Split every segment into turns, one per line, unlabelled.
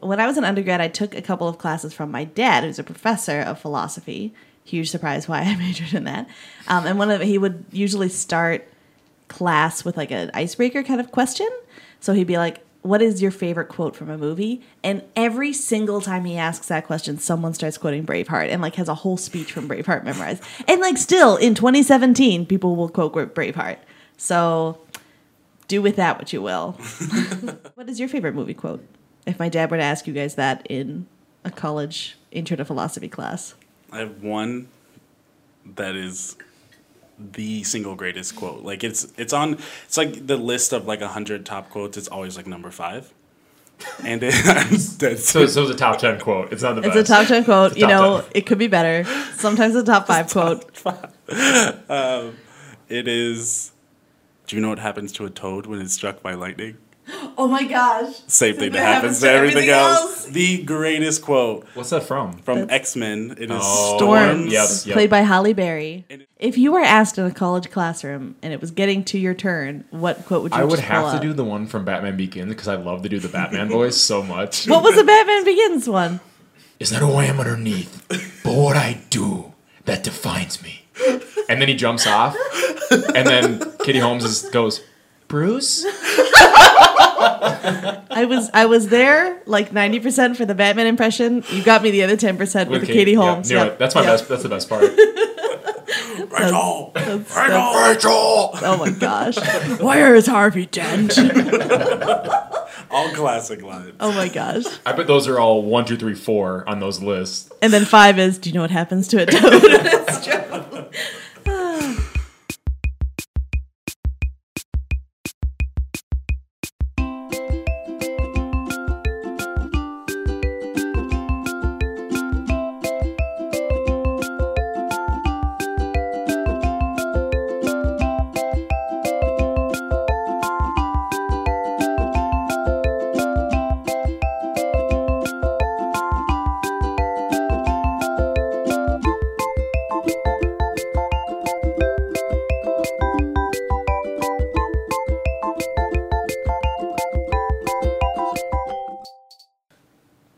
when I was an undergrad, I took a couple of classes from my dad, who's a professor of philosophy. Huge surprise why I majored in that. Um, and one of he would usually start class with like an icebreaker kind of question. So he'd be like, "What is your favorite quote from a movie?" And every single time he asks that question, someone starts quoting Braveheart and like has a whole speech from Braveheart memorized. And like still in 2017, people will quote Braveheart. So do with that what you will. what is your favorite movie quote? If my dad were to ask you guys that in a college intro to philosophy class.
I have one that is the single greatest quote. Like it's it's on it's like the list of like hundred top quotes. It's always like number five, and it, that's
So, so it's a top ten quote. It's not the
It's
best.
a top 10 quote.
It's a
you
top
know,
10.
it could be better. Sometimes a top five quote.
it is. Do you know what happens to a toad when it's struck by lightning?
Oh my gosh.
Same thing that happens to everything, else. The greatest quote
What's that from?
from X Men. It is
Oh,
storms.
yep.
Played by Halle Berry.
And it-
If you were asked in a college classroom and it was getting to your turn, what quote would you
I would
just pull
have to
up?
do the one from Batman Begins because I love to do the Batman voice so much.
What was the Batman Begins one?
Is that a wham underneath? But what I do that defines me. And then he jumps off, and then Kitty Holmes is, goes, Bruce.
I was I was there like ninety percent for the Batman impression. You got me the other ten percent with, the Katie,
yeah,
Holmes.
knew
Yep,
it. That's my
yep.
best. That's the best part.
Rachel,
That's-
Rachel,
that's-
Rachel.
oh my gosh, where is Harvey Dent?
All classic lines.
oh my gosh.
I bet those are all one, two, three, four on those lists.
And then five is, do you know what happens to a toad? It's true.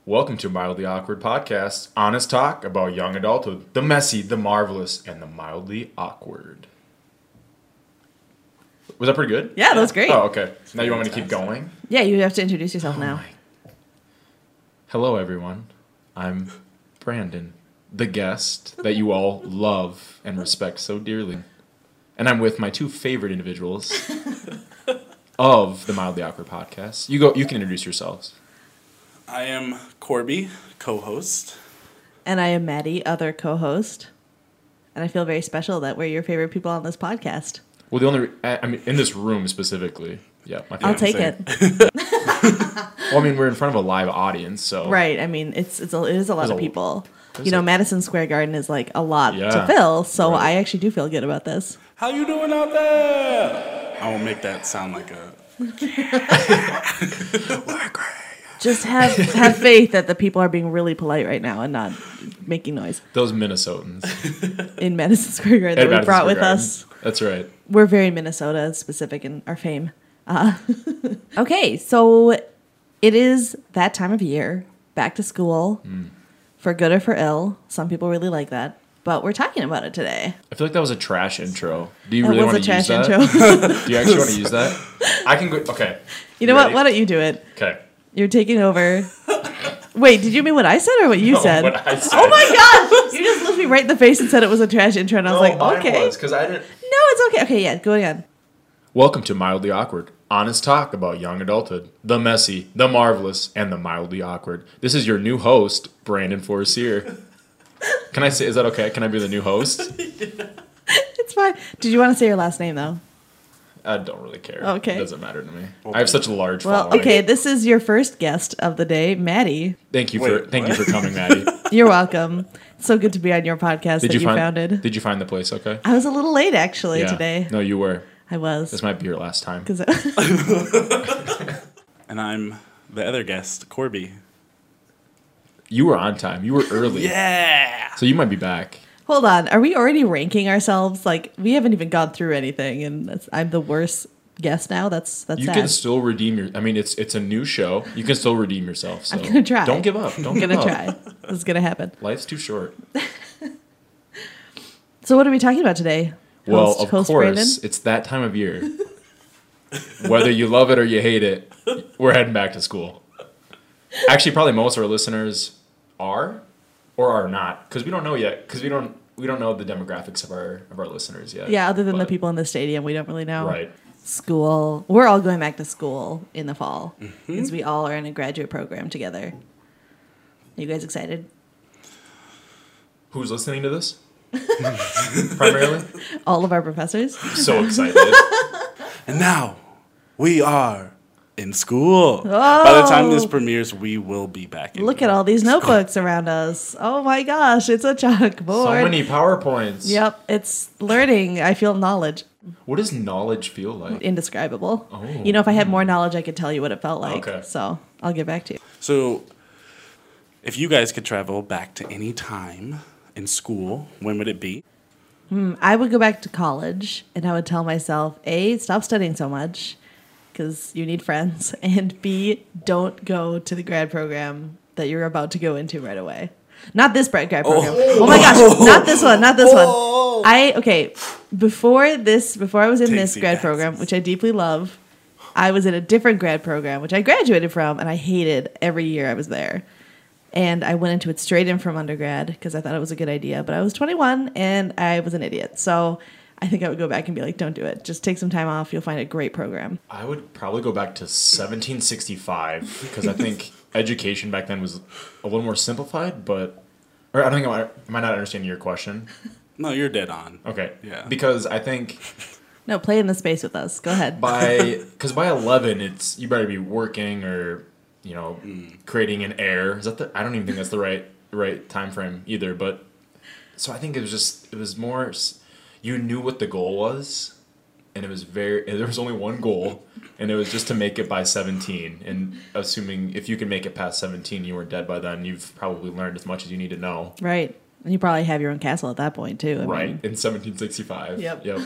Welcome to Mildly Awkward Podcast, honest talk about young adulthood, the messy, the marvelous, and the mildly awkward. Was that pretty good?
Yeah, that was great.
Oh, okay. Now you want me to keep going?
Yeah, you have to introduce yourself now.
Hello, everyone. I'm Brandon, the guest that you all love and respect so dearly. And I'm with my two favorite individuals of the Mildly Awkward podcast. You go. You can introduce yourselves.
I am Corby, co-host.
And I am Maddie, other co-host. And I feel very special that we're your favorite people on this podcast.
Well, the only re- I, I mean in this room specifically. Yeah, my
I'll
favorite.
take
same.
it.
Well, I mean we're in front of a live audience, so
Right. I mean, it's it's a, it is a lot
There's
of
a-
people.
there's
You know,
a-
Madison Square Garden is like a lot to
Yeah.
fill, so
Right.
I actually do feel good about this.
How you doing out there? I won't make that sound like a.
Just have have faith that the people are being really polite right now and not making noise
Those Minnesotans
in Madison Square Garden that
At
we
Madison
brought
Square
with
Garden.
us.
That's right.
We're very Minnesota specific in our fame. Uh, okay, so it is that time of year, back to school, for good or for ill. Some people really like that, but we're talking about it today.
I feel like that was a trash intro. Do you
That
really
was
want
a
to use
trash
that?
intro.
Do you actually want to use that? I can go. Okay.
you know what?
ready?
Why don't you do it?
Okay.
You're taking over. Wait, did you mean what I said or what you
No,
said?
what I said.
Oh my gosh! You just looked me right in the face and said it was a trash intro, and I was
Oh,
like, okay.
because I didn't.
No, it's okay. Okay, yeah, go on.
Welcome to Mildly Awkward, honest talk about young adulthood, the messy, the marvelous, and the mildly awkward. This is your new host, Brandon Forcier. Can I say, is that okay? Can I be the new host?
It's fine. Did you want to say your last name though?
I don't really care.
Okay.
It doesn't matter to me. I have such a large
Well,
following.
okay, this is your first guest of the day, Maddie.
Thank you for
Wait,
thank you
what?
for coming, Maddie.
You're welcome. It's so good to be on your podcast that
Did
you,
you find
founded.
Did you find the place okay?
I was a little late actually today.
No, you were.
I was.
This might be your last time.
'Cause-
And I'm the other guest, Corby.
You were on time. You were early.
Yeah.
So you might be back.
hold on, are we already ranking ourselves? Like we haven't even gone through anything, and that's, I'm the worst guest now. That's that's
You
sad.
can still redeem your. I mean, it's it's a new show. You can still redeem yourself. So
I'm gonna try.
Don't give up.
I'm
Don't give
gonna
up.
try. This is gonna happen.
Life's too short.
So what are we talking about today?
Well,
Host-
of
host
course,
Brandon?
it's that time of year. Whether you love it or you hate it, we're heading back to school. Actually, probably most of our listeners are or are not because we don't know yet because we don't we don't know the demographics of our of our listeners yet.
Yeah, other than the
But-
people in the stadium, we don't really know.
Right.
School. We're all going back to school in the fall
Mm-hmm.
because we all are in a graduate program together. Are you guys excited?
Who's listening to this? Primarily,
All of our professors.
so excited.
And now we are in school. By the time this
Oh.
premieres, we will be back. In
Look at all these notebooks around us. Oh my gosh, it's a chalkboard.
so many powerpoints.
Yep, it's learning. I feel knowledge
What does knowledge feel like?
indescribable.
Oh.
You know, if I had more knowledge, I could tell you what it felt like.
Okay.
So I'll get back to you.
So, if you guys could travel back to any time in school, when would it be?
Um, I would go back to college and I would tell myself, A, stop studying so much because you need friends, and B, don't go to the grad program that you're about to go into right away. Not this grad grad program. Oh, my gosh, not this one, not this one. I, okay, before this, before I was in this
Takesy
grad
backsies.
program, which I deeply love, I was in a different grad program, which I graduated from, and I hated every year I was there and I went into it straight in from undergrad because I thought it was a good idea. But I was 21 and I was an idiot. So I think I would go back and be like, don't do it. Just take some time off. You'll find a great program.
I would probably go back to 1765 because I think education back then was a little more simplified, but or I don't think am I, am I not understanding your question?
No, you're dead on.
Okay,
Yeah.
because I think
No, play in the space with us. Go ahead.
by because by 11 it's you better be working or you know creating an heir. Is that the I don't even think that's the right right time frame either. But so I think it was just it was more s- you knew what the goal was and it was very and there was only one goal and it was just to make it by 17 and assuming if you can make it past 17 you weren't dead by then you've probably learned as much as you need to know
Right. And you probably have your own castle at that point, too. I
right
mean,
in 1765
Yep.
yep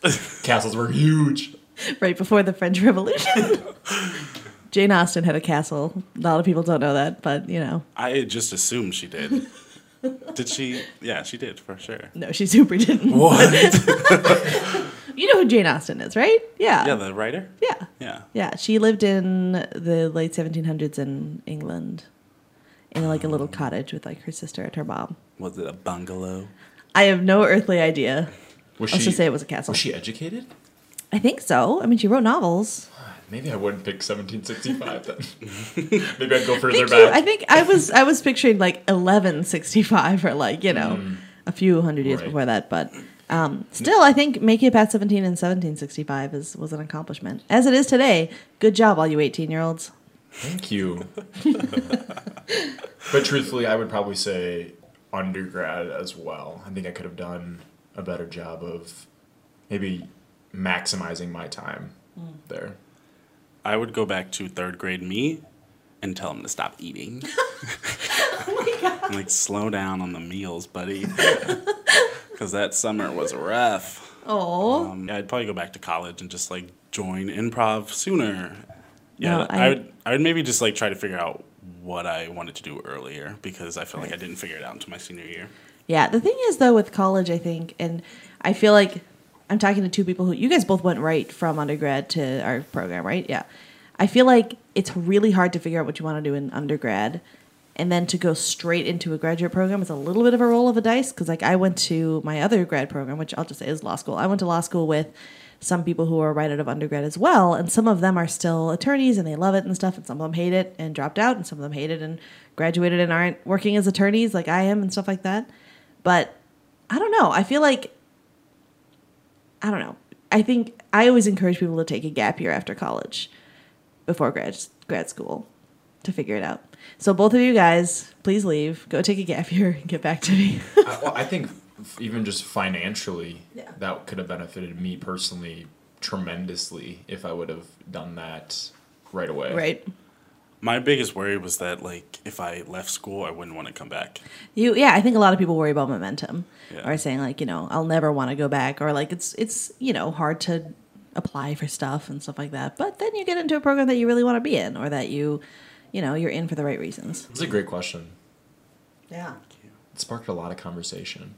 castles were huge
right before the French Revolution. Jane Austen had a castle. A lot of people don't know that, but you know,
I just assumed she did. did she? Yeah, she did for sure.
no, she super didn't.
What?
You know who Jane Austen is, right? Yeah.
yeah, the writer.
yeah.
Yeah.
Yeah, she lived in the late 1700s in England in like a little
Um.
cottage with like her sister and her mom.
Was it a bungalow?
I have no earthly idea.
was
Let's just say it was a castle.
was she educated
I think so. I mean, she wrote novels.
maybe i wouldn't pick 1765 then maybe i'd go further
Thank you. I
back
think I was I was picturing like 1165 or like, you know, a few hundred years
Mm. Right.
before that, but um, still I think making it past 17 in 1765 is was an accomplishment. As it is today. Good job all you 18-year-olds.
thank you but truthfully i would probably say undergrad as well i think i could have done a better job of maybe maximizing my time
Mm.
there
I would go back to third grade me and tell him to stop eating. I'm like, slow down on the meals, buddy. Because that summer was rough.
Oh.
Um, yeah, I'd probably go back to college and just like join improv sooner. Yeah,
No,
I,
I-
would. I would maybe just like try to figure out what I wanted to do earlier because I feel like I didn't figure it out until my senior year.
Yeah, the thing is though with college, I think, and I feel like I'm talking to two people who you guys both went right from undergrad to our program, right? Yeah. I feel like it's really hard to figure out what you want to do in undergrad and then to go straight into a graduate program is a little bit of a roll of a dice cuz like I went to my other grad program, which I'll just say is law school. I went to law school with some people who are right out of undergrad as well, and some of them are still attorneys and they love it and stuff, and some of them hate it and dropped out, and some of them hate it and graduated and aren't working as attorneys like I am and stuff like that but I don't know. I feel like I don't know. I think I always encourage people to take a gap year after college before grad grad school to figure it out. So both of you guys, please leave, go take a gap year and get back to me.
I, well, I think f- even just financially,
Yeah.
that could have benefited me personally tremendously if I would have done that right away.
right.
My biggest worry was that like if I left school, I wouldn't want to come back.
You yeah, I think a lot of people worry about momentum
Yeah.
or saying like, you know, I'll never want to go back or like it's it's, you know, hard to apply for stuff and stuff like that. But then you get into a program that you really want to be in or that you, you know, you're in for the right reasons.
It's a great question.
Yeah.
It sparked a lot of conversation.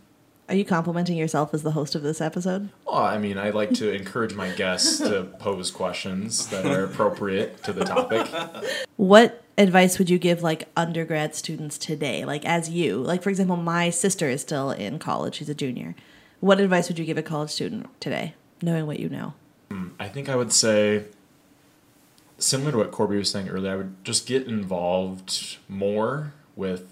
Are you complimenting yourself as the host of this episode?
Well, I mean, I like to encourage my guests to pose questions that are appropriate to the topic.
What advice would you give like undergrad students today? Like as you, like for example, my sister is still in college. She's a junior. What advice would you give a college student today, knowing what you know?
I think I would say, similar to what Corby was saying earlier, I would just get involved more with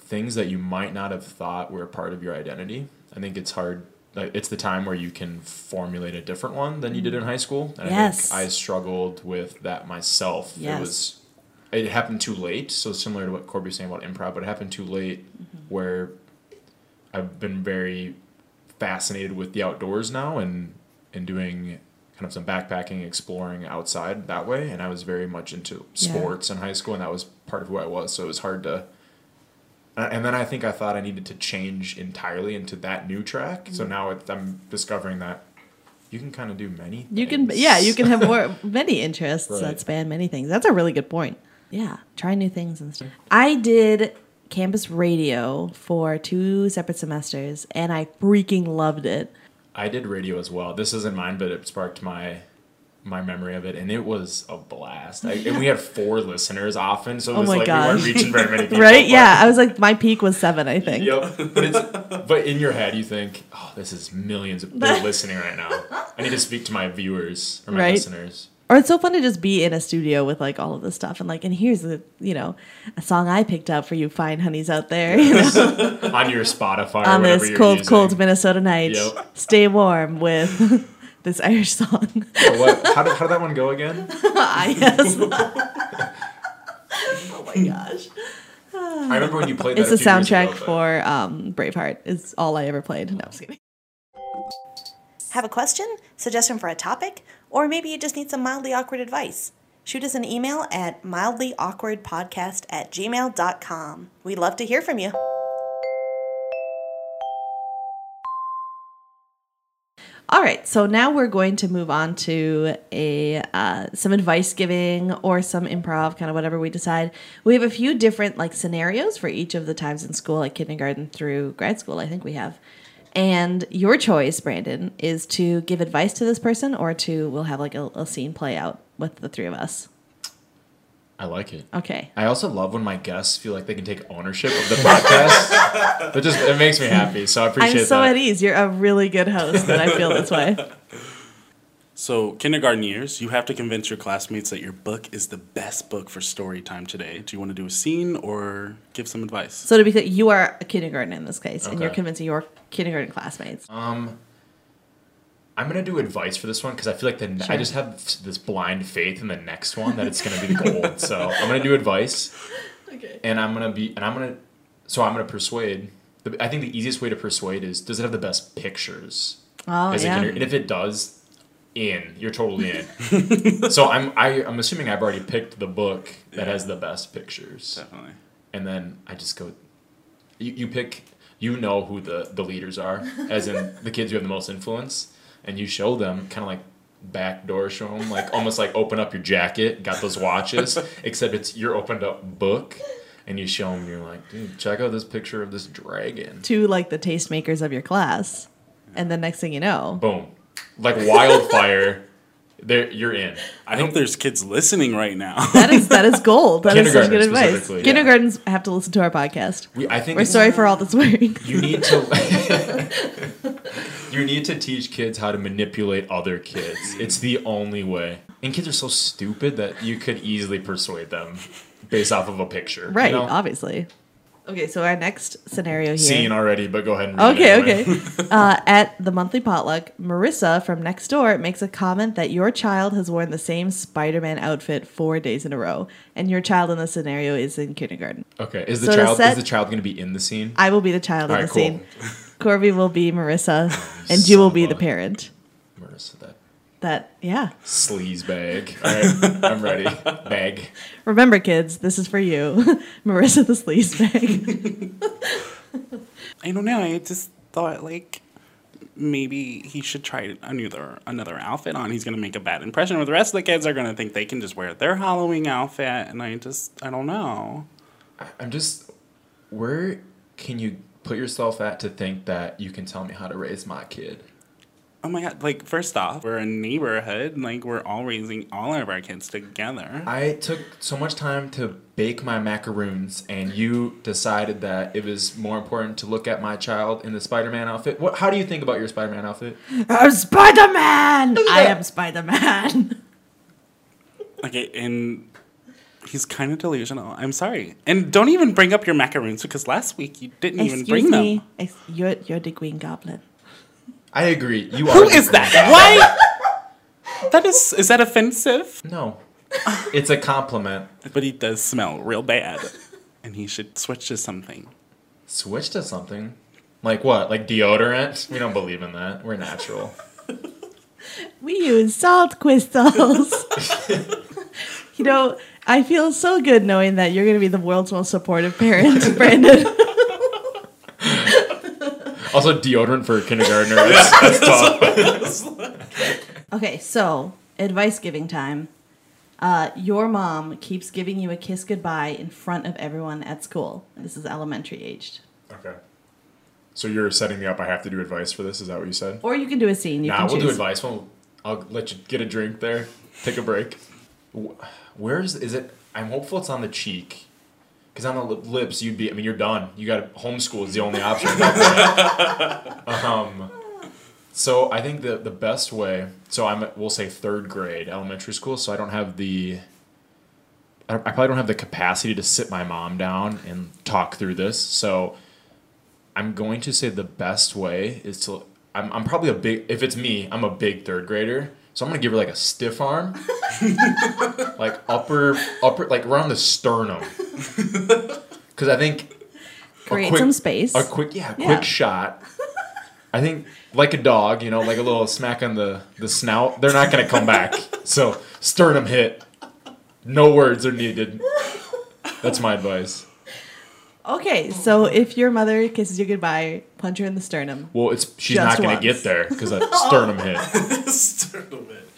things that you might not have thought were a part of your identity. I think it's hard. Like, it's the time where you can formulate a different one than you did in high school. And
Yes.
I think I struggled with that myself.
Yes.
It was it happened too late. So similar to what Corby was saying about improv, but it happened too late
Mm-hmm.
where I've been very fascinated with the outdoors now and and doing kind of some backpacking, exploring outside that way. And I was very much into
Yeah.
sports in high school, and that was part of who I was. So it was hard to. a- And then I think I thought I needed to change entirely into that new track. So
Mm-hmm.
now it, I'm discovering that you can kind of do many.
You can,
things.
yeah, you can have more many interests that
Right.
span many things. That's a really good point. Yeah, try new things and stuff. I did campus radio for two separate semesters, and I freaking loved it.
I did radio as well. This isn't mine, but it sparked my my memory of it, and it was a blast. I, and we had four listeners often, so it
Oh
was
my
like we
gosh.
weren't reaching very many people.
Right?
but-
Yeah, I was like, my peak was seven, I think.
Yep. But, it's, but in your head, you think, oh, this is millions of people listening right now. I need to speak to my viewers or my
Right.
listeners.
Or it's so fun to just be in a studio with like all of this stuff and like, and here's the you know a song I picked up for you fine honeys out there you know,
On your Spotify or
on
whatever
this
you're
cold,
using.
cold Minnesota night.
Yep.
Stay warm with this Irish song.
Oh, what? How, did, how did that one go again?
Ah, yes. oh my gosh!
I remember when you played that
It's
a
the
few years
soundtrack
ago, but-
for um, Braveheart. Is all I ever played. No, I'm just kidding.
Have a question, suggestion for a topic, or maybe you just need some mildly awkward advice? Shoot us an email at mildlyawkwardpodcast at gmail.com. We'd love to hear from you.
All right, so now we're going to move on to a uh, some advice giving or some improv, kind of whatever we decide. We have a few different like scenarios for each of the times in school, like kindergarten through grad school. I think we have, and your choice, Brandon, is to give advice to this person or to we'll have like a, a scene play out with the three of us.
I like it.
Okay,
I also love when my guests feel like they can take ownership of the podcast. that just it makes me happy. So I appreciate
I'm so
that.
at ease. You're a really good host, and I feel this way.
So, kindergarten years, you have to convince your classmates that your book is the best book for story time today. Do you want to do a scene or give some advice?
So to be clear, you are a kindergarten in this case, and you're
Okay.
convincing your kindergarten classmates.
I'm gonna do advice for this one because I feel like the I just have this blind faith in the next one that it's gonna be the gold. so I'm gonna do advice.
okay.
and I'm gonna be and I'm gonna so I'm gonna persuade. The, I think the easiest way to persuade is does it have the best pictures?
Oh
As a
yeah.
kinder- and if it does, in you're totally in. so I'm I, I'm assuming I've already picked the book that has the best pictures,
Definitely.
and then I just go. You, you pick you know who the the leaders are, as in the kids who have the most influence, and you show them kind of like backdoor show them like almost like open up your jacket got those watches except it's your opened up book and you show them you're like dude check out this picture of this dragon
to like the tastemakers of your class. And then next thing you know,
boom like wildfire there you're in
I hope there's kids listening right now.
that is that is gold. That is such good
Kindergarten
advice.
specifically, yeah.
Kindergartens have to listen to our podcast.
we, i think
We're
it's-
sorry for all the swearing.
you need to you need to teach kids how to manipulate other kids it's the only way and kids are so stupid that you could easily persuade them based off of a picture you
Right,
know?
obviously. Okay, so our next scenario here.
seen already but go ahead and read
Okay,
it anyway.
okay. Uh, at the monthly potluck, Marissa from next door makes a comment that your child has worn the same Spider-Man outfit four days in a row, and your child in this scenario is in kindergarten.
okay is the
So to
child
set-
is the child going to be in the scene
I will be the child in
All right,
the
cool.
scene. Corby will be Marissa, and
son
you will
of
be
a-
the parent.
marissa that
That yeah.
sleaze bag all right i'm ready bag
Remember, kids, this is for you, Marissa the sleaze bag.
I don't know. I just thought like maybe he should try another another outfit on. He's gonna make a bad impression, or the rest of the kids are gonna think they can just wear their Halloween outfit. And I just I don't know.
I'm just, where can you put yourself at to think that you can tell me how to raise my kid?
Oh my god! Like first off, we're a neighborhood. and, Like we're all raising all of our kids together.
I took so much time to bake my macaroons, and you decided that it was more important to look at my child in the Spider-Man outfit. What? How do you think about your Spider-Man outfit?
I'm Spider Man. I
that.
am Spider Man.
Okay, and he's kind of delusional. I'm sorry. And don't even bring up your macaroons because last week you didn't even
Excuse
bring
me.
them.
Ex- you're you're the Green Goblin.
I agree. You are.
Who
the
is
green guy.
that? Why? that is is that offensive?
No, it's a compliment.
But he does smell real bad, and he should switch to something.
Switch to something. Like what? Like deodorant? We don't believe in that. We're natural.
We use salt crystals. you know, I feel so good knowing that you're going to be the world's most supportive parent, Brandon.
Also, deodorant for kindergartners. That's tough.
Okay, so advice giving time. Uh, your mom keeps giving you a kiss goodbye in front of everyone at school. This is elementary aged.
Okay. So you're setting me up. I have to do advice for this. Is that what you said?
Or you can do a scene. You
nah,
can
we'll do
choose.
advice. We'll, I'll let you get a drink there. Take a break. Wh- Where's is it? I'm hopeful it's on the cheek, because on the lip- lips you'd be. I mean, you're done. You got to homeschool is the only option. at that point. um, so I think the the best way. So I'm at, we'll say third grade elementary school. So I don't have the. I I probably don't have the capacity to sit my mom down and talk through this. So I'm going to say the best way is to I'm, I'm probably a big if it's me, I'm a big third grader. So I'm gonna give her like a stiff arm. like upper upper like around the sternum. Cause I think a
Create
quick-
some space.
A quick yeah, a quick
Yeah.
shot. I think like a dog, you know, like a little smack on the, the snout, they're not gonna come back. So sternum hit. No words are needed. That's my advice.
Okay, so if your mother kisses you goodbye, punch her in the sternum.
Well, it's she's
Just
not gonna
once.
get there because that sternum hit.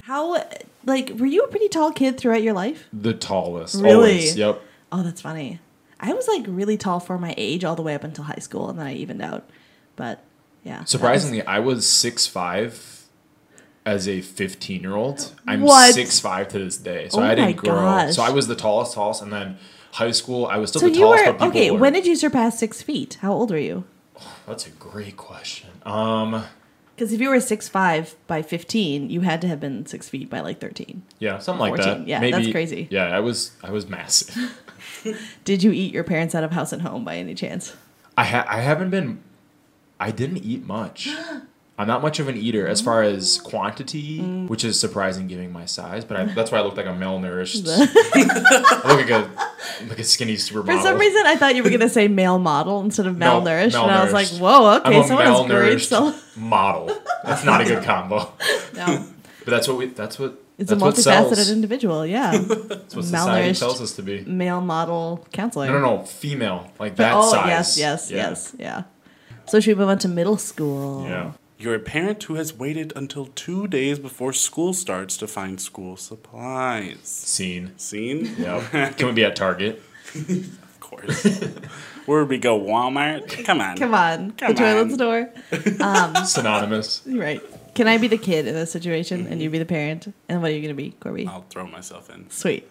How, like, were you a pretty tall kid throughout your life?
The tallest.
Really?
Always. Yep.
Oh, that's funny. I was like really tall for my age all the way up until high school, and then I evened out. But yeah,
Surprisingly, I was six five as a fifteen year old. I'm
What?
six five to this day. So
Oh
I
my
didn't grow.
gosh.
So I was the tallest, tallest, and then high school I was still
so
the
you
tallest.
were
but people
okay.
were-
When did you surpass six feet? How old were you?
That's a great question. Um
Because if you were six five by fifteen, you had to have been six feet by like thirteen.
yeah, something like
14.
that.
Yeah,
Maybe,
that's crazy.
Yeah, I was I was massive.
Did you eat your parents out of house and home by any chance?
I ha- I haven't been. I didn't eat much. I'm not much of an eater as far as
Oh.
quantity,
Mm.
which is surprising given my size. But I, that's why I look like a malnourished. I look like a like a skinny supermodel.
For some reason, I thought you were gonna say male model instead of
No,
malnourished, and I was like,
malnourished.
"Whoa,
I'm
okay,
a
someone has great."
malnourished
So
model. That's not a good combo.
no,
But that's what we. That's what.
it's a
that's what sells.
multifaceted individual. Yeah,
That's what society
malnourished-
tells us to be.
male model counselor.
No, no, no. Female, like that
oh
size.
yes, yes,
Yeah.
yes, yeah. So should we move on to middle school?
Yeah.
You're a parent who has waited until two days before school starts to find school supplies.
Scene.
Seen?
Yeah. Can we be at Target?
Of course. Where would we go? Walmart? Come on.
Come on,
Come
the toilet's
on.
door.
Synonymous.
Right. Can I be the kid in this situation, and you be the parent? And what are you gonna be, Corby?
Oh.
I'll throw myself in.
Sweet.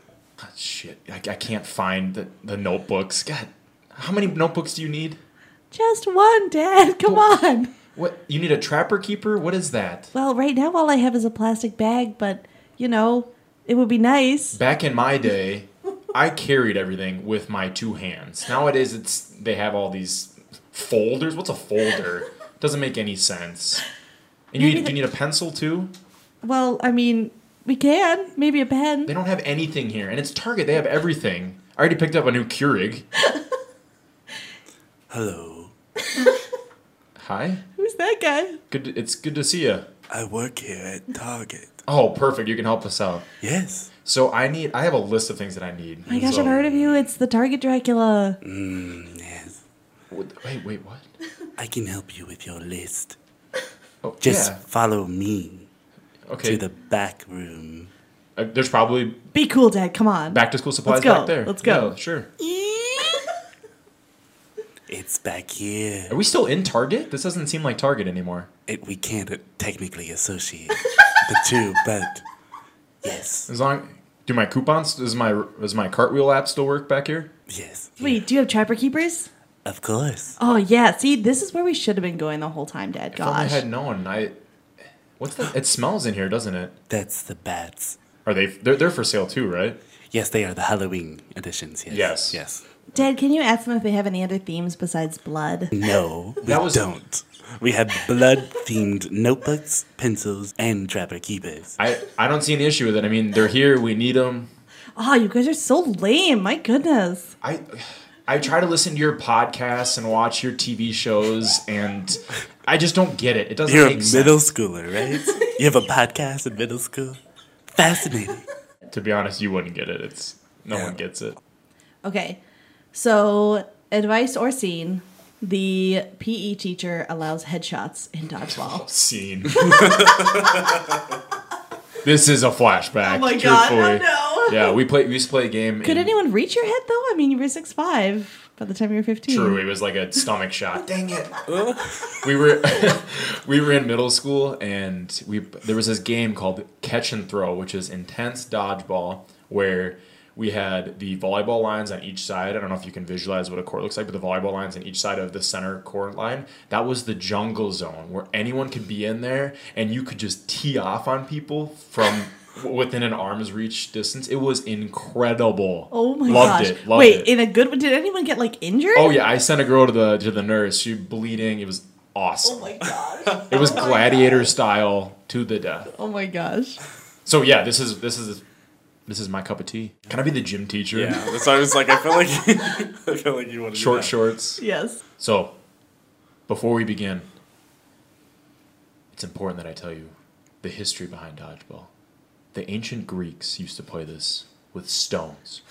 Shit, I, I can't find the, the notebooks. God, how many notebooks do you need?
Just one, Dad. Come on.
What you need a trapper keeper? What is that?
Well, right now all I have is a plastic bag, but you know, it would be nice.
Back in my day, I carried everything with my two hands. Nowadays, it's they have all these folders. What's a folder? Doesn't make any sense. And you
Maybe
need, do you need a pencil too?
Well, I mean, we can maybe a
They
pen.
don't have anything here, and it's Target. They have everything. I already picked up a new Keurig.
Hello.
Hi,
Who's that guy?
good. to- it's good to see you.
I work here at Target.
Oh, perfect. You can help us out.
Yes.
So I need. I have a list of things that I need.
My gosh,
So-
I've heard of you. It's the Target Dracula.
Yes.
Wait, wait, what?
I can help you with your list.
Oh,
Just
yeah.
follow me
okay.
to the back room.
Uh, there's probably
Be cool, Dad. Come on.
back to school supplies
go.
back there.
Let's go.
Yeah, sure.
It's back here.
Are we still in Target? This doesn't seem like Target anymore.
It, we can't uh, technically associate the two, but yes,
As long do my coupons does my does my cartwheel app still work back here?
yes,
Wait, do you have Trapper Keepers?
of course.
Oh yeah. See, this is where we should have been going the whole time, Dad.
If only I
Gosh.
had known. I what's that? It smells in here, doesn't it?
That's the bats.
Are they? They're, they're for sale too, right?
Yes, they are the Halloween editions. Yes.
Yes.
Yes.
Dad, can you ask them if they have any other themes besides blood?
No, we
That was-
don't. We have blood themed notebooks, pencils, and trapper keepers.
I I don't see any issue with it. I mean, they're here. We need them.
Oh, you guys are so lame. My goodness.
I I try to listen to your podcasts and watch your TV shows, and I just don't get it. It doesn't
You're a
make
middle
sense.
schooler, right? You have a podcast in middle school? Fascinating.
To be honest, you wouldn't get it. It's no
Yeah.
one gets it.
Okay. So, advice or scene? The PE teacher allows headshots in dodgeball.
Scene. this is a flashback. truthfully.
no.
Yeah, we play. We used to play a game.
Could
in-
anyone reach your head though? I mean, you were six five by the time you were fifteen.
True, it was like a stomach shot. Dang it! we were we were in middle school, and we there was this game called catch and throw, which is intense dodgeball, where we had the volleyball lines on each side. I don't know if you can visualize what a court looks like, but the volleyball lines on each side of the center court line. That was the jungle zone where anyone could be in there, and you could just tee off on people from. Within an arm's reach distance, it was incredible.
Oh my
Loved
gosh!
It, loved
Wait,
it.
in a good? Did anyone get like injured?
Oh yeah, I sent a girl to the to the nurse. She bleeding. It was awesome.
gosh!
it was gladiator style to the death.
Oh my gosh!
So yeah, this is this is this is my cup of tea. Can I be the gym teacher?
Yeah, that's why I was like, I feel like, I feel like you want to
Short shorts.
Yes.
So, before we begin, it's important that I tell you the history behind dodgeball. The ancient Greeks used to play this with stones.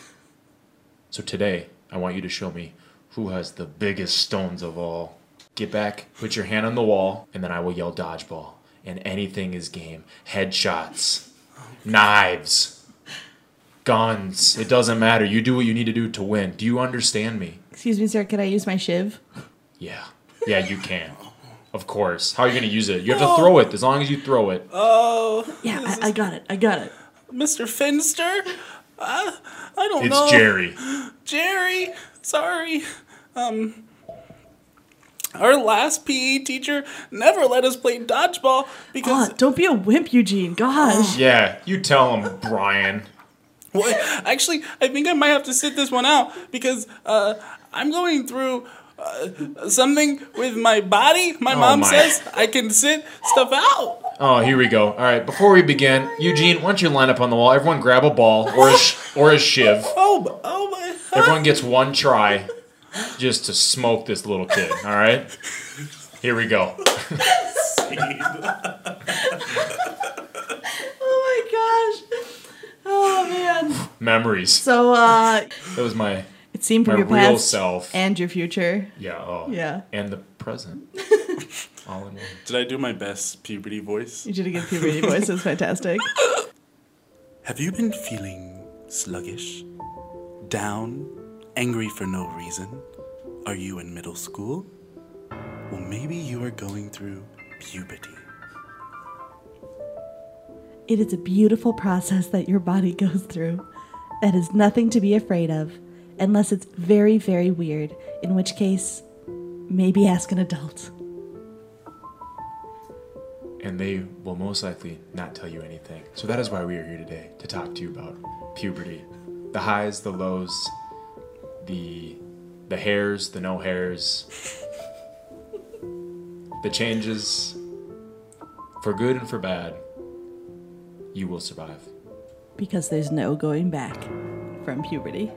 So, today, I want you to show me who has the biggest stones of all. Get back, put your hand on the wall, and then I will yell dodgeball. And anything is game headshots, knives, guns. It doesn't matter. You do what you need to do to win. Do you understand me?
Excuse me, sir. Can I use my shiv?
Yeah. Yeah, you can. Of course. How are you going to use it? You have to throw it as long as you throw it.
Uh,
Oh,
Yeah, I, I got it. I got it.
Mr. Finster? Uh, I don't
it's
know.
Jerry.
Jerry, sorry. Um, our last PE teacher never let us play dodgeball because
Oh, don't be a wimp, Eugene. Gosh.
Yeah, you tell him, Brian.
Well, actually, I think I might have to sit this one out because uh, I'm going through uh, something with my body. My mom
Oh my.
says I can sit stuff out.
Oh, here we go. All right, before we begin, Eugene, why don't you line up on the wall? Everyone grab a ball or a, sh- or a shiv.
Oh, b- oh my!
Everyone gets one try just to smoke this little kid, all right? Here we go.
Oh my gosh. Oh man.
Memories.
So uh
That was my
it seemed
my
from your
real
past
self.
and your future.
yeah, oh.
Yeah.
And the present. All in one.
Did I do my best puberty voice?
You did a good puberty voice. It was fantastic.
Have you been feeling sluggish, down, angry for no reason? Are you in middle school? Well, maybe you are going through puberty.
It is a beautiful process that your body goes through. That is nothing to be afraid of, unless it's very, very weird, in which case, maybe ask an adult.
and they will most likely not tell you anything. So that is why we are here today to talk to you about puberty, the highs, the lows, the the hairs, the no hairs, the changes for good and for bad. You will survive.
Because there's no going back from puberty.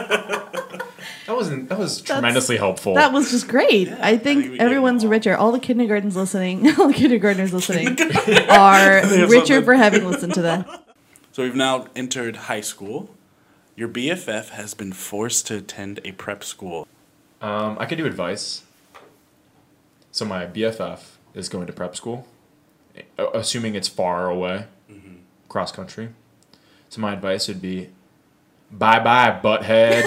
That wasn't that was tremendously helpful.
That was just great. I think
I think we
everyone's
gave them all.
richer. All the kindergartens listening, all the kindergartners listening are richer
something.
for having listened to that.
So we've now entered high school. Your BFF has been forced to attend a prep school.
um, I could do advice. So my BFF is going to prep school, a- assuming it's far away,
Mm-hmm.
cross country. So my advice would be, bye bye butthead.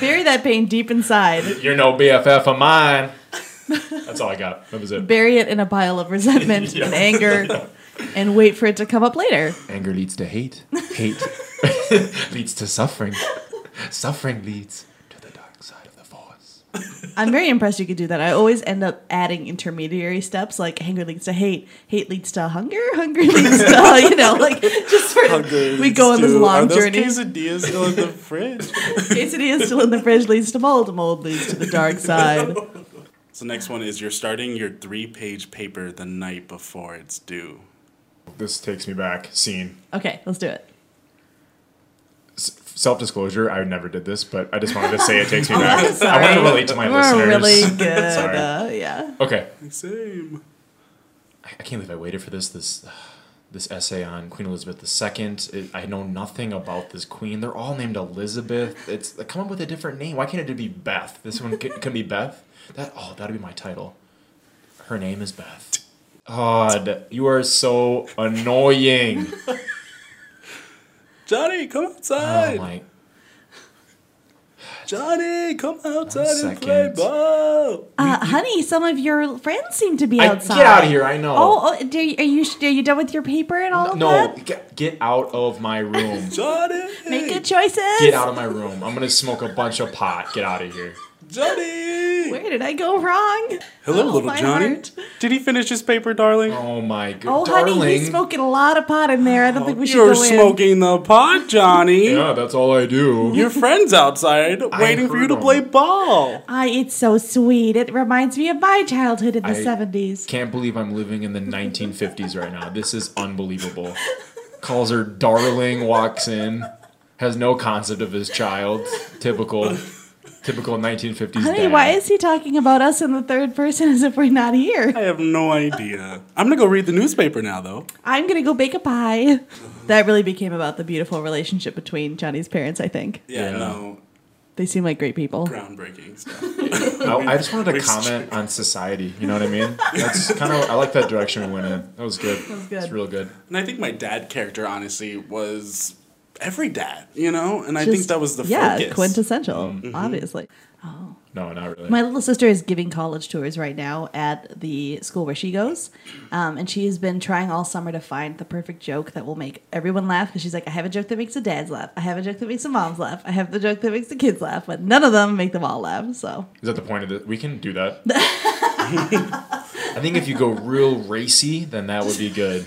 Bury that pain deep inside.
You're no BFF of mine. That's all I got. That was it.
Bury it in a pile of resentment
Yeah.
and anger and wait for it to come up later.
Anger leads to hate. Hate leads to suffering. Suffering leads to the dark side of the force.
I'm very impressed you could do that. I always end up adding intermediary steps like anger leads to hate, hate leads to hunger, hunger leads to, you know, like just sort of we go on this long journey.
quesadillas still in the fridge?
Quesadilla still in the fridge leads to mold, mold leads to the dark side.
So next one is you're starting your three-page paper the night before it's due.
This takes me back. Scene.
Okay, let's do it.
Self disclosure. I never did this, but I just wanted to say it takes me
I'm
back. I
sorry.
want to relate to my
We're
listeners.
really good.
Sorry.
Oh,
Uh, yeah.
Okay,
Same.
I I can't believe I waited for this. This this essay on Queen Elizabeth II. It, I know nothing about this queen. They're all named Elizabeth. It's come up with a different name. Why can't it be Beth? This one could, could be Beth. That oh, that'd be my title. Her name is Beth. God, you are so annoying.
Johnny, come
Oh
outside.
my.
Johnny, come outside and play
second.
ball.
Uh, honey, some of your friends seem to be
I-
outside.
get out of here! I know.
Oh, oh do you, are you are you done with your paper and all of
no,
that?
get, get out of my room.
Johnny,
Make good choices.
Get out of my room. I'm gonna smoke a bunch of pot. Get out of here.
Johnny.
Where did I go wrong?
Hello,
Oh,
little
my
Johnny.
heart.
Did he finish his paper, darling?
Oh my good
Oh,
darling.
honey, he's smoking a lot of pot in there. I don't think we should
You're
go in.
smoking the pot, Johnny.
Yeah, that's all I do.
Your friend's outside waiting for you
heard
to
him.
play ball.
Ay, it's so sweet. It reminds me of my childhood in the
I-
70s.
Can't believe I'm living in the 1950s right now. This is unbelievable. Calls her darling, walks in, has no concept of his child. Typical, typical 1950s.
Honey,
dad.
why is he talking about us in the third person as if we're not here?
I have no idea. I'm gonna go read the newspaper now, though.
I'm gonna go bake a pie.
Mm-hmm.
That really became about the beautiful relationship between Johnny's parents, I think.
Yeah,
Yeah.
no,
They seem like great people.
groundbreaking stuff.
I, I just wanted to
We've-
comment on society. You know what I mean? That's kind of I like that direction we went in. That was good. That
was good.
It's real good.
And I think my dad character, honestly, was every dad, you know? And I
Just-
think that was the
yeah,
focus. Mm-hmm.
quintessential, obviously.
No, not really.
My little sister is giving college tours right now at the school where she goes. Um, and she has been trying all summer to find the perfect joke that will make everyone laugh because she's like, I have a joke that makes the dads laugh. I have a joke that makes the moms laugh. I have the joke that makes the kids laugh, but none of them make them all laugh. So
Is that the point of it? We can do that. I think if you go real racy, then that would be good.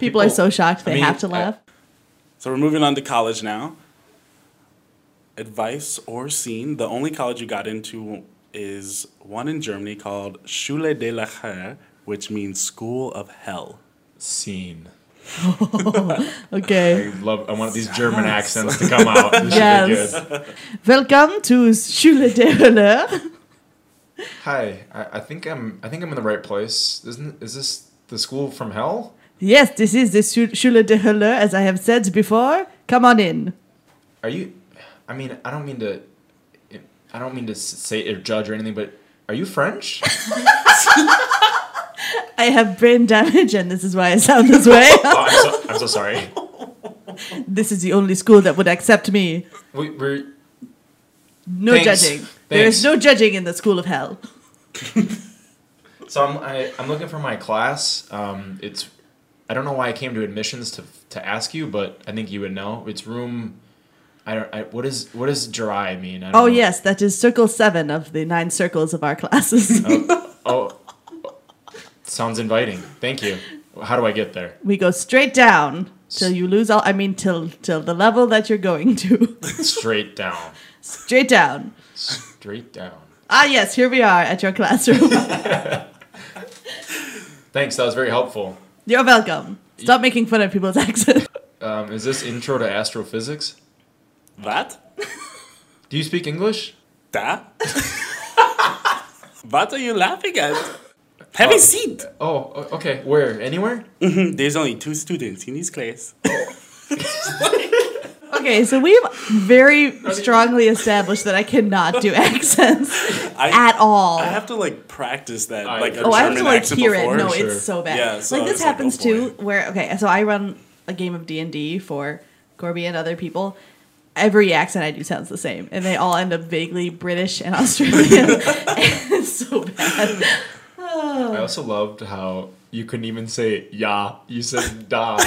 people are so shocked they
I mean,
have to
I-
laugh.
So we're moving on to college now. Advice or scene. The only college you got into is one in Germany called Schule de la Hölle, which means School of Hell.
Scene.
okay.
Love. I want these German accents to come out. This should be
Yes.
good.
Welcome to Schule de Honneur.
Hi. I, I think I'm. I think I'm in the right place. Isn't? Is this the school from hell?
Yes, this is the Schu- Schule de Honneur, as I have said before. Come on in.
Are you? I mean, I don't mean to. I don't mean to s- say or judge or anything, but are you French?
I have brain damage, and this is why I sound this way.
oh, I'm so, I'm so sorry.
This is the only school that would accept me.
We, we're.
No
Thanks.
judging. There is
Thanks.
no judging in the school of hell.
So I'm I, I'm looking for my class. Um, it's I don't know why I came to admissions to to ask you, but I think you would know. It's room. I don't. I, what is what does dry mean? I don't
Oh
know.
yes, that is circle seven of the nine circles of our classes.
Oh, sounds inviting. Thank you. How do I get there?
we go straight down till you lose all. I mean, till till the level that you're going to.
Straight down.
straight down.
Straight down.
Ah yes, here we are at your classroom.
Thanks. That was very helpful.
you're welcome. Stop making fun of people's accents.
Um, is this intro to astrophysics?
What?
Do you speak English?
Da? what are you laughing at? Have a seat.
Oh, o- okay. Where? Anywhere?
There's only two students in this class.
Okay, so we've very strongly established that I cannot do accents
I,
at all.
I have to like practice that
I-
like a
Oh,
oh,
German
I have to like
accent
hear
before.
it. No,
Sure.
it's so bad.
Yeah, so
like
I
this
was like,
happens
oh,
too,
boy.
where okay, so I run a game of D and D for Corby and other people. Every accent I do sounds the same, and they all end up vaguely British and Australian. it's so bad.
I also loved how you couldn't even say "ya." You said "da."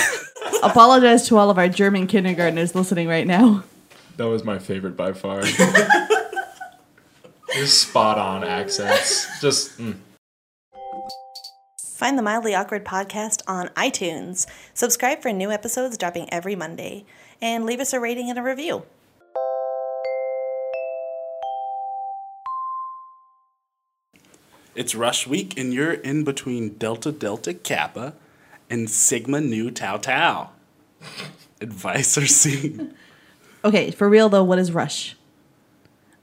Apologize to all of our German kindergartners listening right now.
That was my favorite by far. Your spot on accents. Just mm.
Find the Mildly Awkward podcast on iTunes. Subscribe for new episodes dropping every Monday. And leave us a rating and a review.
It's rush week, and you're in between Delta Delta Kappa and Sigma Nu Tau Tau. Advice or scene?
Okay, for real though, what is Rush?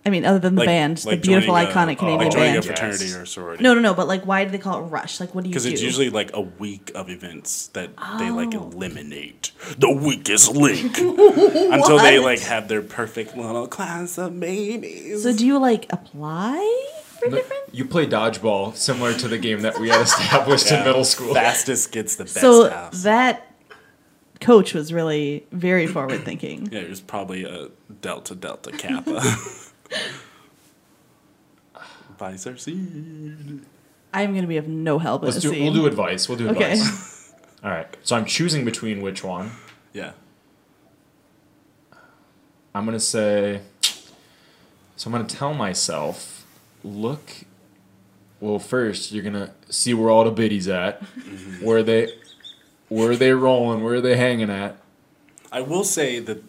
I mean, other than the
Like-
band,
like
the beautiful,
joining a- oh,
iconic Canadian
Like joining a
band.
fraternity or sorority.
no, no, no. But like, why do they call it Rush? Like, what do Oh. you do?
Because it's usually like a week of events that they like eliminate the weakest link until they
What?
like have their perfect little class of babies.
so do you like apply for
No,
different?
you play dodgeball, similar to the game that we had established in
Yeah.
middle school.
Fastest gets the best
so
house.
that coach was really very forward thinking.
yeah, there's probably a Delta Delta Kappa. Advice or scene?
I'm gonna be of no help.
Let's
in this
do. We'll
scene.
do advice. We'll do
Okay.
advice. All right. So I'm choosing between which one.
Yeah.
I'm gonna say. So I'm gonna tell myself, look. Well, first you're gonna see where all the biddies at,
Mm-hmm.
where they, where they rolling, where they hanging at.
I will say that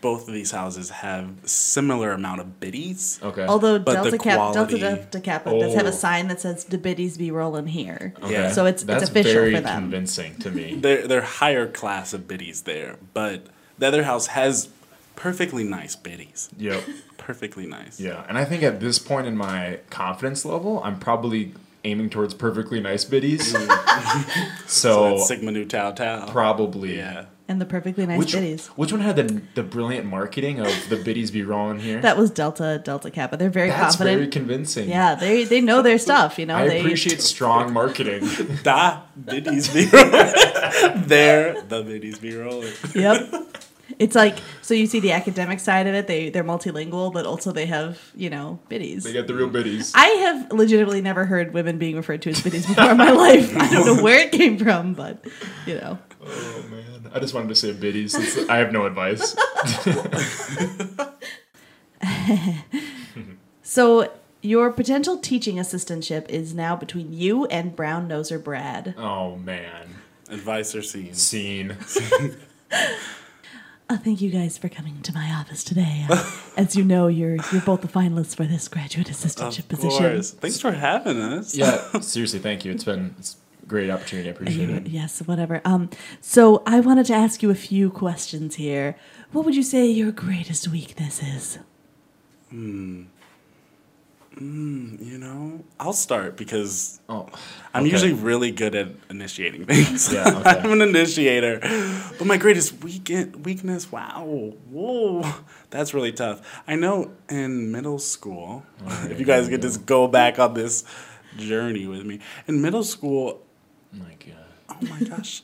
both of these houses have similar amount of biddies.
Okay.
Although
But the
Delta Cap, Delta
quality-
Delta Kappa does have
Oh.
a sign that says "The biddies be rolling here."
Okay.
Yeah.
So it's- it's
That's
official
very
for them.
convincing to me.
They're they're higher class of biddies there, but the other house has perfectly nice biddies.
yep.
Perfectly nice.
Yeah, and I think at this point in my confidence level, I'm probably aiming towards perfectly nice biddies. so
Mm. So
Oh.
that's Sigma Nu Tau Tau.
probably.
yeah.
And the perfectly nice
Which,
biddies.
which one had the the brilliant marketing of the biddies be rolling here?
That was Delta Delta Kappa. They're very
That's
confident.
very convincing.
yeah, they they know their stuff. You know,
I
they
appreciate strong marketing.
Da biddies be rolling. there the biddies be rolling.
Yep. It's like so you see the academic side of it. They they're multilingual, but also they have you know biddies.
they got the real biddies.
I have legitimately never heard women being referred to as biddies before in my life. I don't know where it came from, but you know.
Oh man, I just wanted to say biddies. Since I have no advice.
So your potential teaching assistantship is now between you and brown noser Brad.
Oh man,
Advice or scene.
scene.
Uh, thank you guys for coming to my office today. Uh, as you know, you're you're both the finalists for this graduate
Of
assistantship position.
course. Thanks for having us.
Yeah, seriously, thank you. It's been it's a great opportunity. I appreciate it.
Yes, whatever. Um, so I wanted to ask you a few questions here. What would you say your greatest weakness is?
You know, I'll start because
Mm-hmm.
Oh,
I'm
okay.
usually really good at initiating things.
Yeah, okay.
I'm an initiator. But my greatest weekend, weakness, wow, whoa, that's really tough. I know in middle school, if you guys could just go back on this journey with me, in middle school,
my god.
oh my gosh,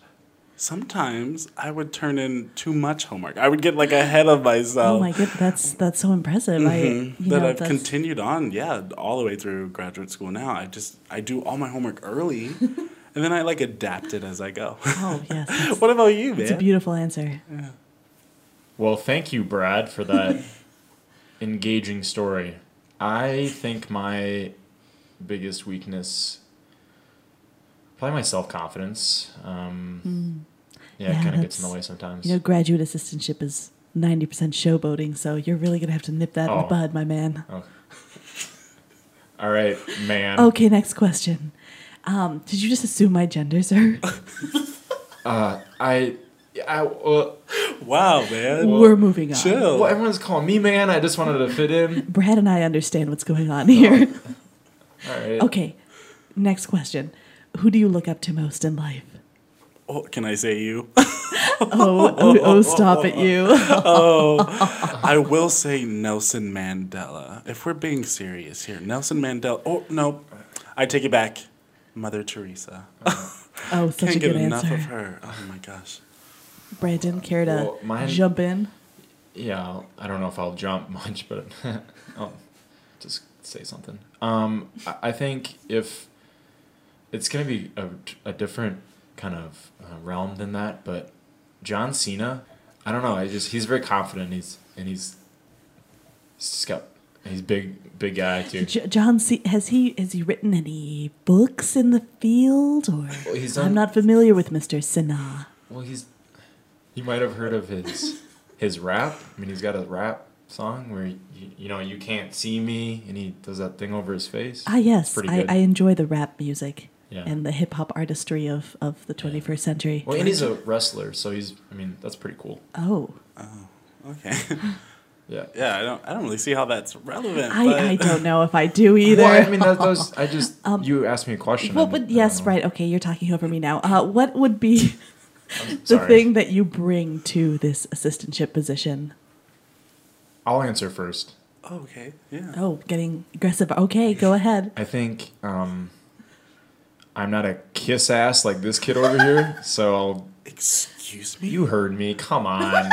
sometimes I would turn in too much homework. I would get like ahead of myself.
Oh my goodness, that's that's so impressive. I you
Mm-hmm. that
know
I've
that's,
continued on, yeah, all the way through graduate school now. I just I do all my homework early and then I like adapt it as I go.
oh yes, that's,
what about you,
that's a
man?
beautiful answer.
Well, thank you, Brad, for that engaging story. I think my biggest weakness, probably my self confidence. Um, Yeah,
Hmm. Yeah,
it kind of gets in the
that's-
way sometimes.
You know, graduate assistantship is ninety percent showboating, so you're really gonna have to nip that in the
Oh.
bud, my man.
Oh. All right, man.
Okay, next question. Um, did you just assume my gender, sir?
I, I, uh,
Wow, man.
We're moving on.
Chill.
well, everyone's calling me man. I just wanted to fit in.
Brad and I understand what's going
Oh.
on here.
All right.
okay, next question. Who do you look up to most in life?
Oh, can I say you?
Oh, oh, oh, stop it, you.
Oh, I will say Nelson Mandela. If we're being serious here, Nelson Mandela. Oh no, I take it back. Mother Teresa.
Oh, such
Can't
a
get
good
enough of
answer.
her. Oh my gosh.
Brandon, care to
Well, mine-
jump in?
Yeah, I'll- I don't know if I'll jump much, but I'll just say something. Um, I- I think if it's going to be a, a different kind of uh, realm than that, but John Cena, I don't know. I just he's very confident. He's and he's he's got he's big big guy too.
J- John, C- has he has he written any books in the field? Or
Well, he's
I'm
done-
not familiar with Mr. Sinha. Ah,
Well, he's you might have heard of his his rap. I mean, he's got a rap song where you, you know you can't see me, and he does that thing over his face.
Ah, yes,
pretty
I,
good.
I enjoy the rap music
Yeah.
and the hip hop artistry of, of the 21st century.
Well, and he's a wrestler, so he's. I mean, that's pretty cool.
oh,
Okay.
Yeah.
yeah, I don't. I don't really see how that's relevant.
I,
but
I don't know if I do either.
Well, I mean, that, those. I just. you asked me a question.
Um, Well,
I- I
but
don't
yes,
know.
right. Okay, you're talking over me now. Uh, what would be the
Sorry.
thing that you bring to this assistantship position?
I'll answer first.
Oh, okay. Yeah.
Oh, getting aggressive. Okay, go ahead.
I think um, I'm not a kiss ass like this kid over here. So I'll,
Excuse me.
you heard me. Come on,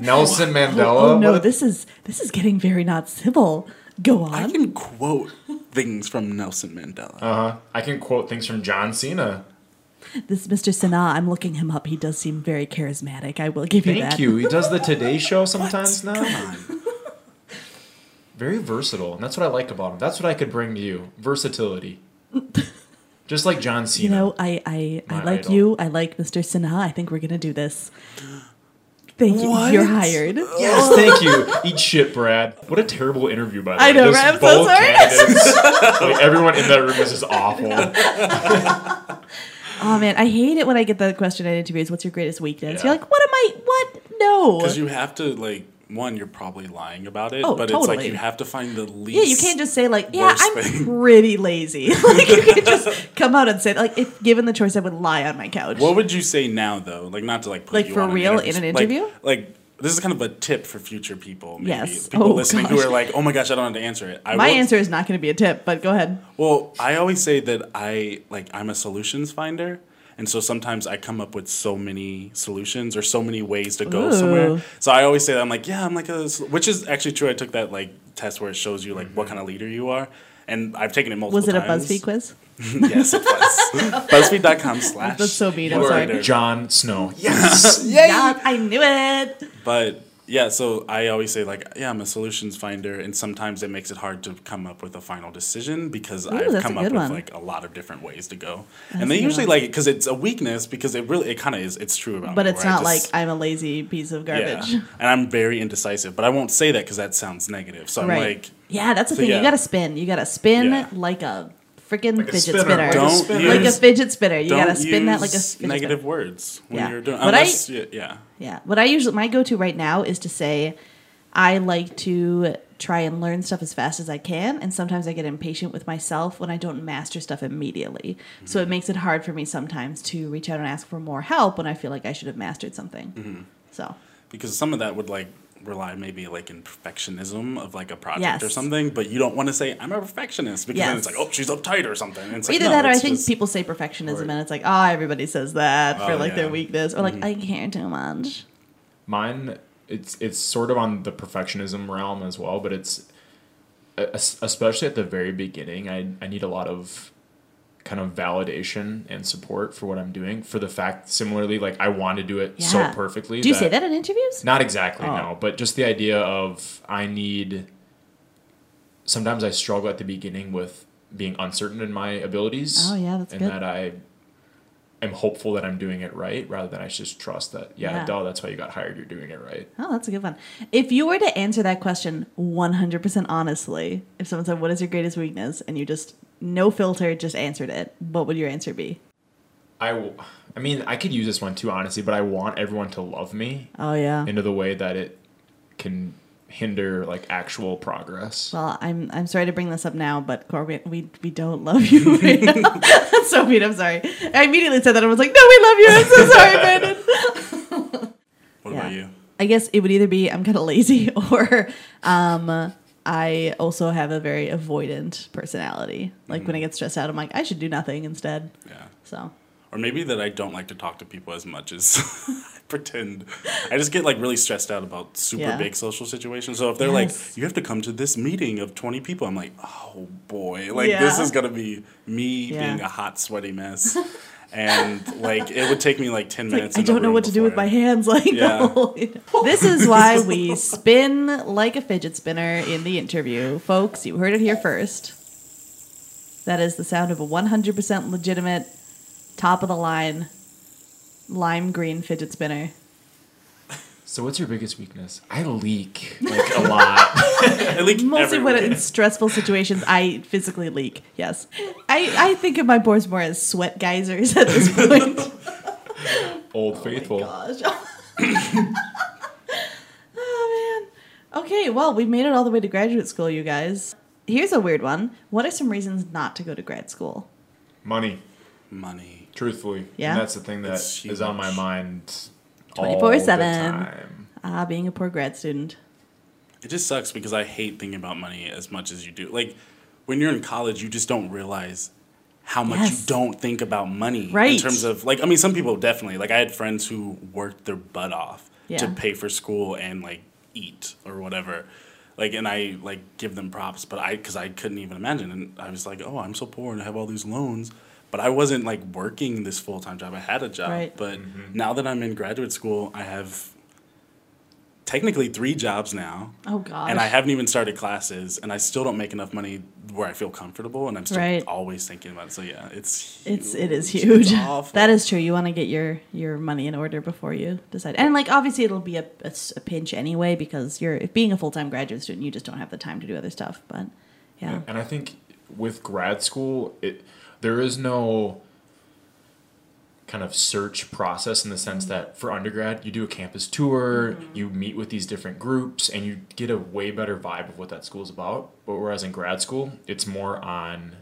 Nelson Mandela.
Oh, no,
what-
this is this is getting very not civil. Go
I
on.
can quote things from Nelson Mandela.
uh-huh. I can quote things from John Cena.
This Mr. Sinha, I'm looking him up. He does seem very charismatic. I will give you
Thank
that.
you. He does the Today Show sometimes now.
Come on.
Very versatile, and that's what I like about him. That's what I could bring to you: versatility. Just like John Cena.
You know, I I, I
My
like
idol.
you. I like Mr. Sinha. I think we're gonna do this. Thank you.
What?
You're hired.
Yes, thank you. Eat shit, Brad. What a terrible interview, by the
Oh. I
way.
know,
Just
right? I'm so
both
sorry.
candidates. Like, everyone in that room is just awful.
Oh man, I hate it when I get the question at interviews. What's your greatest weakness?
Yeah.
You're like, what am I? What? No.
Because you have to like one, you're probably lying about it,
Oh,
but it's
totally.
like you have to find the least.
yeah, you can't just say like, yeah,
worst
I'm
thing.
pretty lazy. like you can just come out and say like, if given the choice, I would lie on my couch.
What would you say now though? Like not to like put
Like,
you
for
on
real,
interview-
in an
like-
interview?
Like, this is kind of a tip for future people. Maybe.
Yes.
People
Oh,
listening who
gosh.
are like, oh my gosh, I don't have to answer it. I
my
will-
answer is not going to be a tip, but go ahead.
Well, I always say that I like I'm a solutions finder, and so sometimes I come up with so many solutions or so many ways to go
Ooh.
somewhere. So I always say that I'm like, yeah, I'm like a, sol-" which is actually true. I took that like test where it shows you like what kind of leader you are, and I've taken it multiple
Mm-hmm. Was it a
times.
BuzzFeed quiz?
yes, it was. BuzzFeed.com slash.
That's so mean, I'm
leader.
sorry.
John Snow. Yes.
Yeah, I knew it.
But yeah, so I always say like, yeah, I'm a solutions finder, and sometimes it makes it hard to come up with a final decision because I've
that's
come
a
up
good
with
one.
like a lot of different ways to go, and they
a good
usually
one.
like it because it's a weakness because it really it kind of is it's true about.
But
me,
it's
where I
not
just-
like I'm a lazy piece of
yeah,
garbage.
and I'm very indecisive, but I won't say that because that sounds negative. So I'm
Right.
like,
yeah, that's the
so
thing. You
yeah.
got to spin. You got to spin
Yeah.
like a freaking
a
fidget
spinner,
spinner.
like a
Don't
spinner.
use-
Like a fidget spinner. You
don't
got to spin that like a
use
fidget spinner.
negative words when
Yeah.
you're doing.
But I-
Unless, you- yeah,
Yeah. What I usually my go to right now is to say I like to try and learn stuff as fast as I can and sometimes I get impatient with myself when I don't master stuff immediately. So it
Mm-hmm.
makes it hard for me sometimes to reach out and ask for more help when I feel like I should have mastered something.
Mm-hmm.
So
because some of that would like rely maybe like in perfectionism of like a project
Yes.
or something but you don't want to say i'm a perfectionist because then
Yes.
it's like oh she's uptight or something and it's like,
either
no,
that or I
it's
think
just-
people say perfectionism and it's like, oh everybody says that for
Oh,
like their
yeah. Mm-hmm.
weakness or like I care too much.
Mine, it's it's sort of on the perfectionism realm as well, but it's e-, es- especially at the very beginning. I I need a lot of kind of validation and support for what I'm doing. For the fact, similarly, like I want to do it so
Yeah.
perfectly.
Do you say that in interviews?
Not exactly,
Oh.
no. But just the idea of I need. Sometimes I struggle at the beginning with being uncertain in my abilities.
Oh, yeah, that's
And
good.
that I am hopeful that I'm doing it right rather than I just trust that, yeah,
Yeah.
duh, that's why you got hired. You're doing it right.
Oh, that's a good one. If you were to answer that question 100% honestly, if someone said, What is your greatest weakness? and you just, no filter, just answered it, what would your answer be?
I, w- I mean, I could use this one too, honestly, but I want everyone to love me
Oh, yeah.
into the way that it can hinder like actual progress.
Well, I'm, I'm sorry to bring this up now, but Corbin, we, we don't love you right now. That's so mean. I'm sorry. I immediately said that. I was like, No, we love you. I'm so sorry, Brandon.
you.
I guess it would either be I'm kind of lazy or um, I also have a very avoidant personality. Like
Mm-hmm.
when I get stressed out, I'm like, I should do nothing instead.
Yeah.
So
Or maybe that I don't like to talk to people as much as I pretend. I just get like really stressed out about super
Yeah.
big social situations. So if they're
Yes.
like, you have to come to this meeting of 20 people, I'm like, oh boy. Like this
Yeah.
is going to be me
Yeah.
being a hot, sweaty mess. and like it would take me like 10
like,
minutes.
I
in the
don't know
room
what to do with
before
my
I-
hands. Like,
Yeah.
the whole- you know. this is why we spin like a fidget spinner in the interview, folks. You heard it here first. That is the sound of a 100% legitimate, top of the line, lime green fidget spinner.
So what's your biggest weakness? I leak like a lot.
I leak
Mostly
everywhere.
when in stressful situations, I physically leak. Yes, I, I think of my pores more as sweat geysers at this point.
Old faithful.
Gosh. oh man. Okay, well, we made it all the way to graduate school, you guys. Here's a weird one. What are some reasons not to go to grad school?
Money,
money.
truthfully.
Yeah.
And that's the thing that
It's
is on my
huge.
mind all the
24/7.
time.
Ah, being a poor grad student.
It just sucks because I hate thinking about money as much as you do. Like when you're in college, you just don't realize how much
Yes.
you don't think about money in
Right.
terms of like I mean some people definitely like I had friends who worked their butt off
Yeah.
to pay for school and like eat or whatever. Like and I like give them props, but I cuz I couldn't even imagine and I was like, "Oh, I'm so poor and I have all these loans." But I wasn't like working this full-time job. I had a job,
Right.
but now that I'm in graduate school, I have technically 3 jobs now
Oh gosh.
and I haven't even started classes, and I still don't make enough money where I feel comfortable, and I'm still
Right.
always thinking about it. So yeah, it's
it's it is
It's
huge.
awful.
That is true. You want to get your your money in order before you decide. And like obviously it'll be a, a s- a pinch anyway because you're if being a full-time graduate student, you just don't have the time to do other stuff, but yeah.
Yeah.
And I think with grad school, it there is no kind of search process in the sense that for undergrad, you do a campus tour,
Mm-hmm.
you meet with these different groups, and you get a way better vibe of what that school is about. But whereas in grad school, it's more on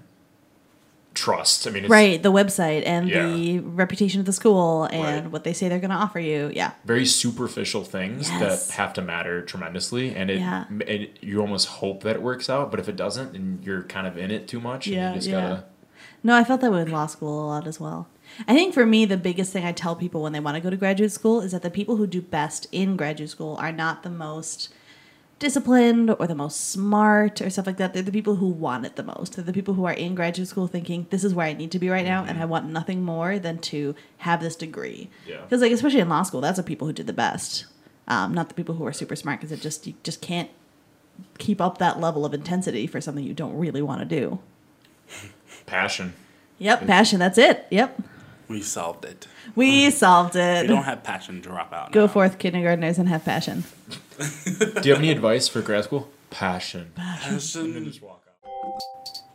trust. I mean, it's
Right, the website and the
Yeah.
reputation of the school and
Right.
what they say they're going to offer you. Yeah.
very superficial things
Yes.
that have to matter tremendously and it,
Yeah.
m- and you almost hope that it works out but if it doesn't then you're kind of in it too much
Yeah,
and you just
yeah.
gotta
No, I felt that way with law school a lot as well. I think for me, the biggest thing I tell people when they want to go to graduate school is that the people who do best in graduate school are not the most disciplined or the most smart or stuff like that. They're the people who want it the most. They're the people who are in graduate school thinking, this is where I need to be right now, and I want nothing more than to have this degree.
Mm-hmm. Yeah.
Because, like, especially in law school, that's the people who did the best, um, not the people who are super smart because it just, you just can't keep up that level of intensity for something you don't really want to do.
passion
Yep, passion. That's it. Yep.
we solved it.
We solved
We don't
it.
have passion dropout.
Go
now.
forth, kindergartners, and have passion.
do you have any advice for grad school passion
Passion.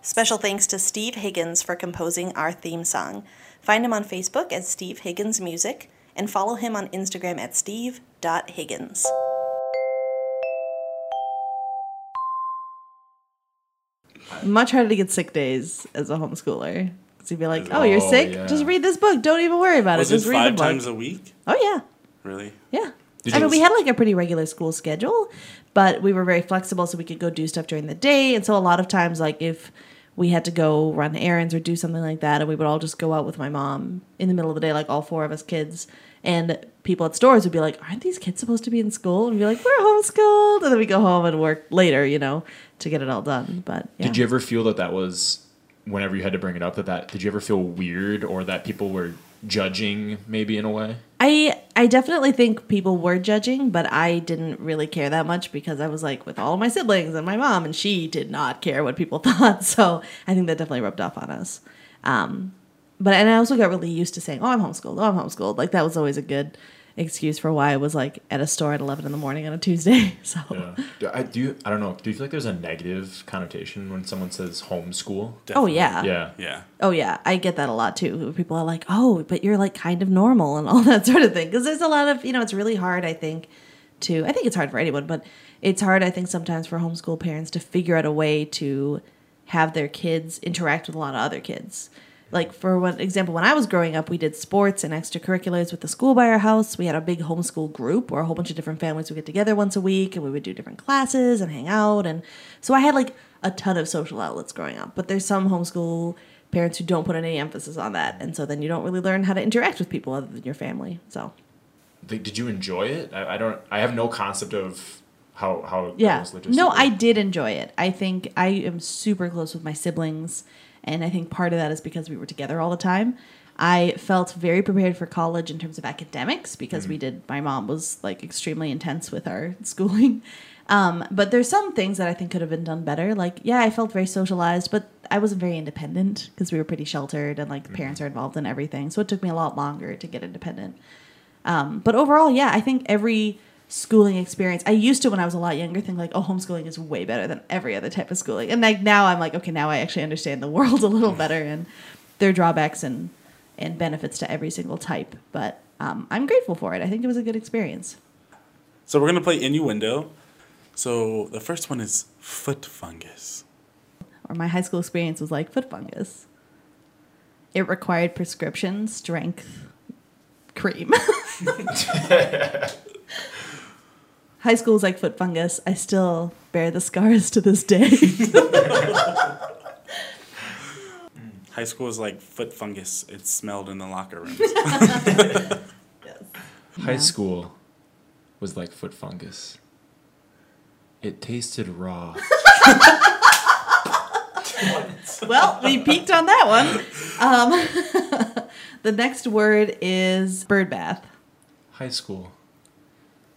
Special thanks to Steve Higgins for composing our theme song. Find him on Facebook as Steve Higgins Music and follow him on Instagram at steve.higgins.
Much harder to get sick days as a homeschooler. Because you'd be like, oh, you're
Oh,
sick?
yeah.
Just read this book. Don't even worry about
Was
it.
it
Just read the
five
book.
times a week?
oh,
Really?
yeah. Yeah.
Did
I
you-
mean, we had like a pretty regular school schedule, but we were very flexible, so we could go do stuff during the day. And so a lot of times, like if we had to go run errands or do something like that, and we would all just go out with my mom in the middle of the day, like all four of us kids, and people at stores would be like, "Aren't these kids supposed to be in school?" And we'd be like, "We're homeschooled," and then we go home and work later, you know, to get it all done. But yeah.
did you ever feel that that was whenever you had to bring it up that that did you ever feel weird or that people were judging maybe in a way
I I definitely think people were judging, but I didn't really care that much because I was like with all my siblings and my mom, and she did not care what people thought. So I think that definitely rubbed off on us. Um, but and I also got really used to saying, "Oh, I'm homeschooled. Oh, I'm homeschooled." Like that was always a good excuse for why I was like at a store at eleven in the morning on a Tuesday. So
do i do you- i don't know do you feel like there's a negative connotation when someone says homeschool
oh
Definitely.
yeah,
yeah
Yeah.
Oh yeah, I get that a lot too. People are like, "Oh, but you're like kind of normal and all that sort of thing." Because there's a lot of you know, it's really hard. I think to I think it's hard for anyone, but it's hard. I think sometimes for homeschool parents to figure out a way to have their kids interact with a lot of other kids. like for one example, when I was growing up, we did sports and extracurriculars with the school by our house. We had a big homeschool group where a whole bunch of different families would get together once a week and we would do different classes and hang out. And so I had like a ton of social outlets growing up. But there's some homeschool parents who don't put any emphasis on that. And so then you don't really learn how to interact with people other than your family. So
Like, did you enjoy it? I, I don't. I have no concept of how how that
Yeah.
was logistically.
No, I did enjoy it. I think I am super close with my siblings, and I think part of that is because we were together all the time. I felt very prepared for college in terms of academics because we did. My mom was like extremely intense with our schooling, um, but there's some things that I think could have been done better. Like, yeah, I felt very socialized, but I wasn't very independent because we were pretty sheltered and like the parents are involved in everything. So it took me a lot longer to get independent. Um, but overall, yeah, I think every schooling experience I used to when I was a lot younger think like, oh, homeschooling is way better than every other type of schooling. And like now I'm like, okay, now I actually understand the world a little better and their drawbacks and and benefits to every single type. But um, I'm grateful for it. I think it was a good experience.
So we're gonna play innuendo. So the first one is foot fungus.
Or my high school experience was like foot fungus. It required prescription strength cream. High school was like foot fungus. I still bear the scars to this day.
High school is like foot fungus. It's smelled in the locker rooms.
High
Yeah.
school was like foot fungus. It tasted raw.
well, we peaked on that one. Um, the next word is bird bath.
High school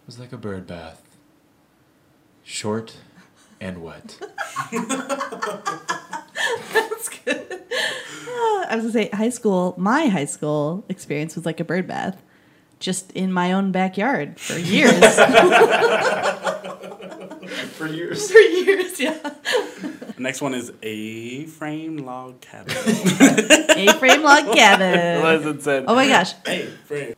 was like a bird bath. Short and wet.
That's good. Uh, I was gonna say high school. My high school experience was like a bird bath, just in my own backyard for years.
for years.
for years, yeah.
The next one is a frame log cabin.
A-frame log cabin.
it said?
Oh my gosh.
A frame.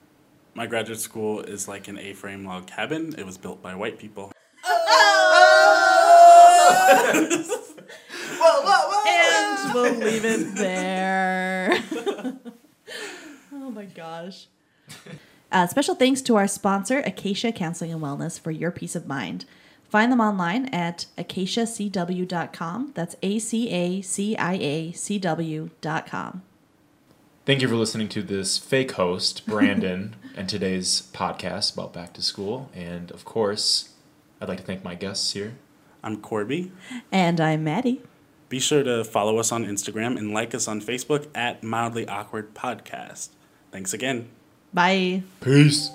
My graduate school is like an A frame log cabin. It was built by white people.
Oh! And we'll leave it there. oh my gosh. Uh, special thanks to our sponsor, Acacia Counseling and Wellness, for your peace of mind. Find them online at acaciacw.com. That's A C A C I A C W dot com.
Thank you for listening to this fake host, Brandon, and today's podcast about back to school. And of course, I'd like to thank my guests here.
I'm Corby.
And I'm Maddie.
Be sure to follow us on Instagram and like us on Facebook at Mildly Awkward Podcast. Thanks again.
Bye.
Peace.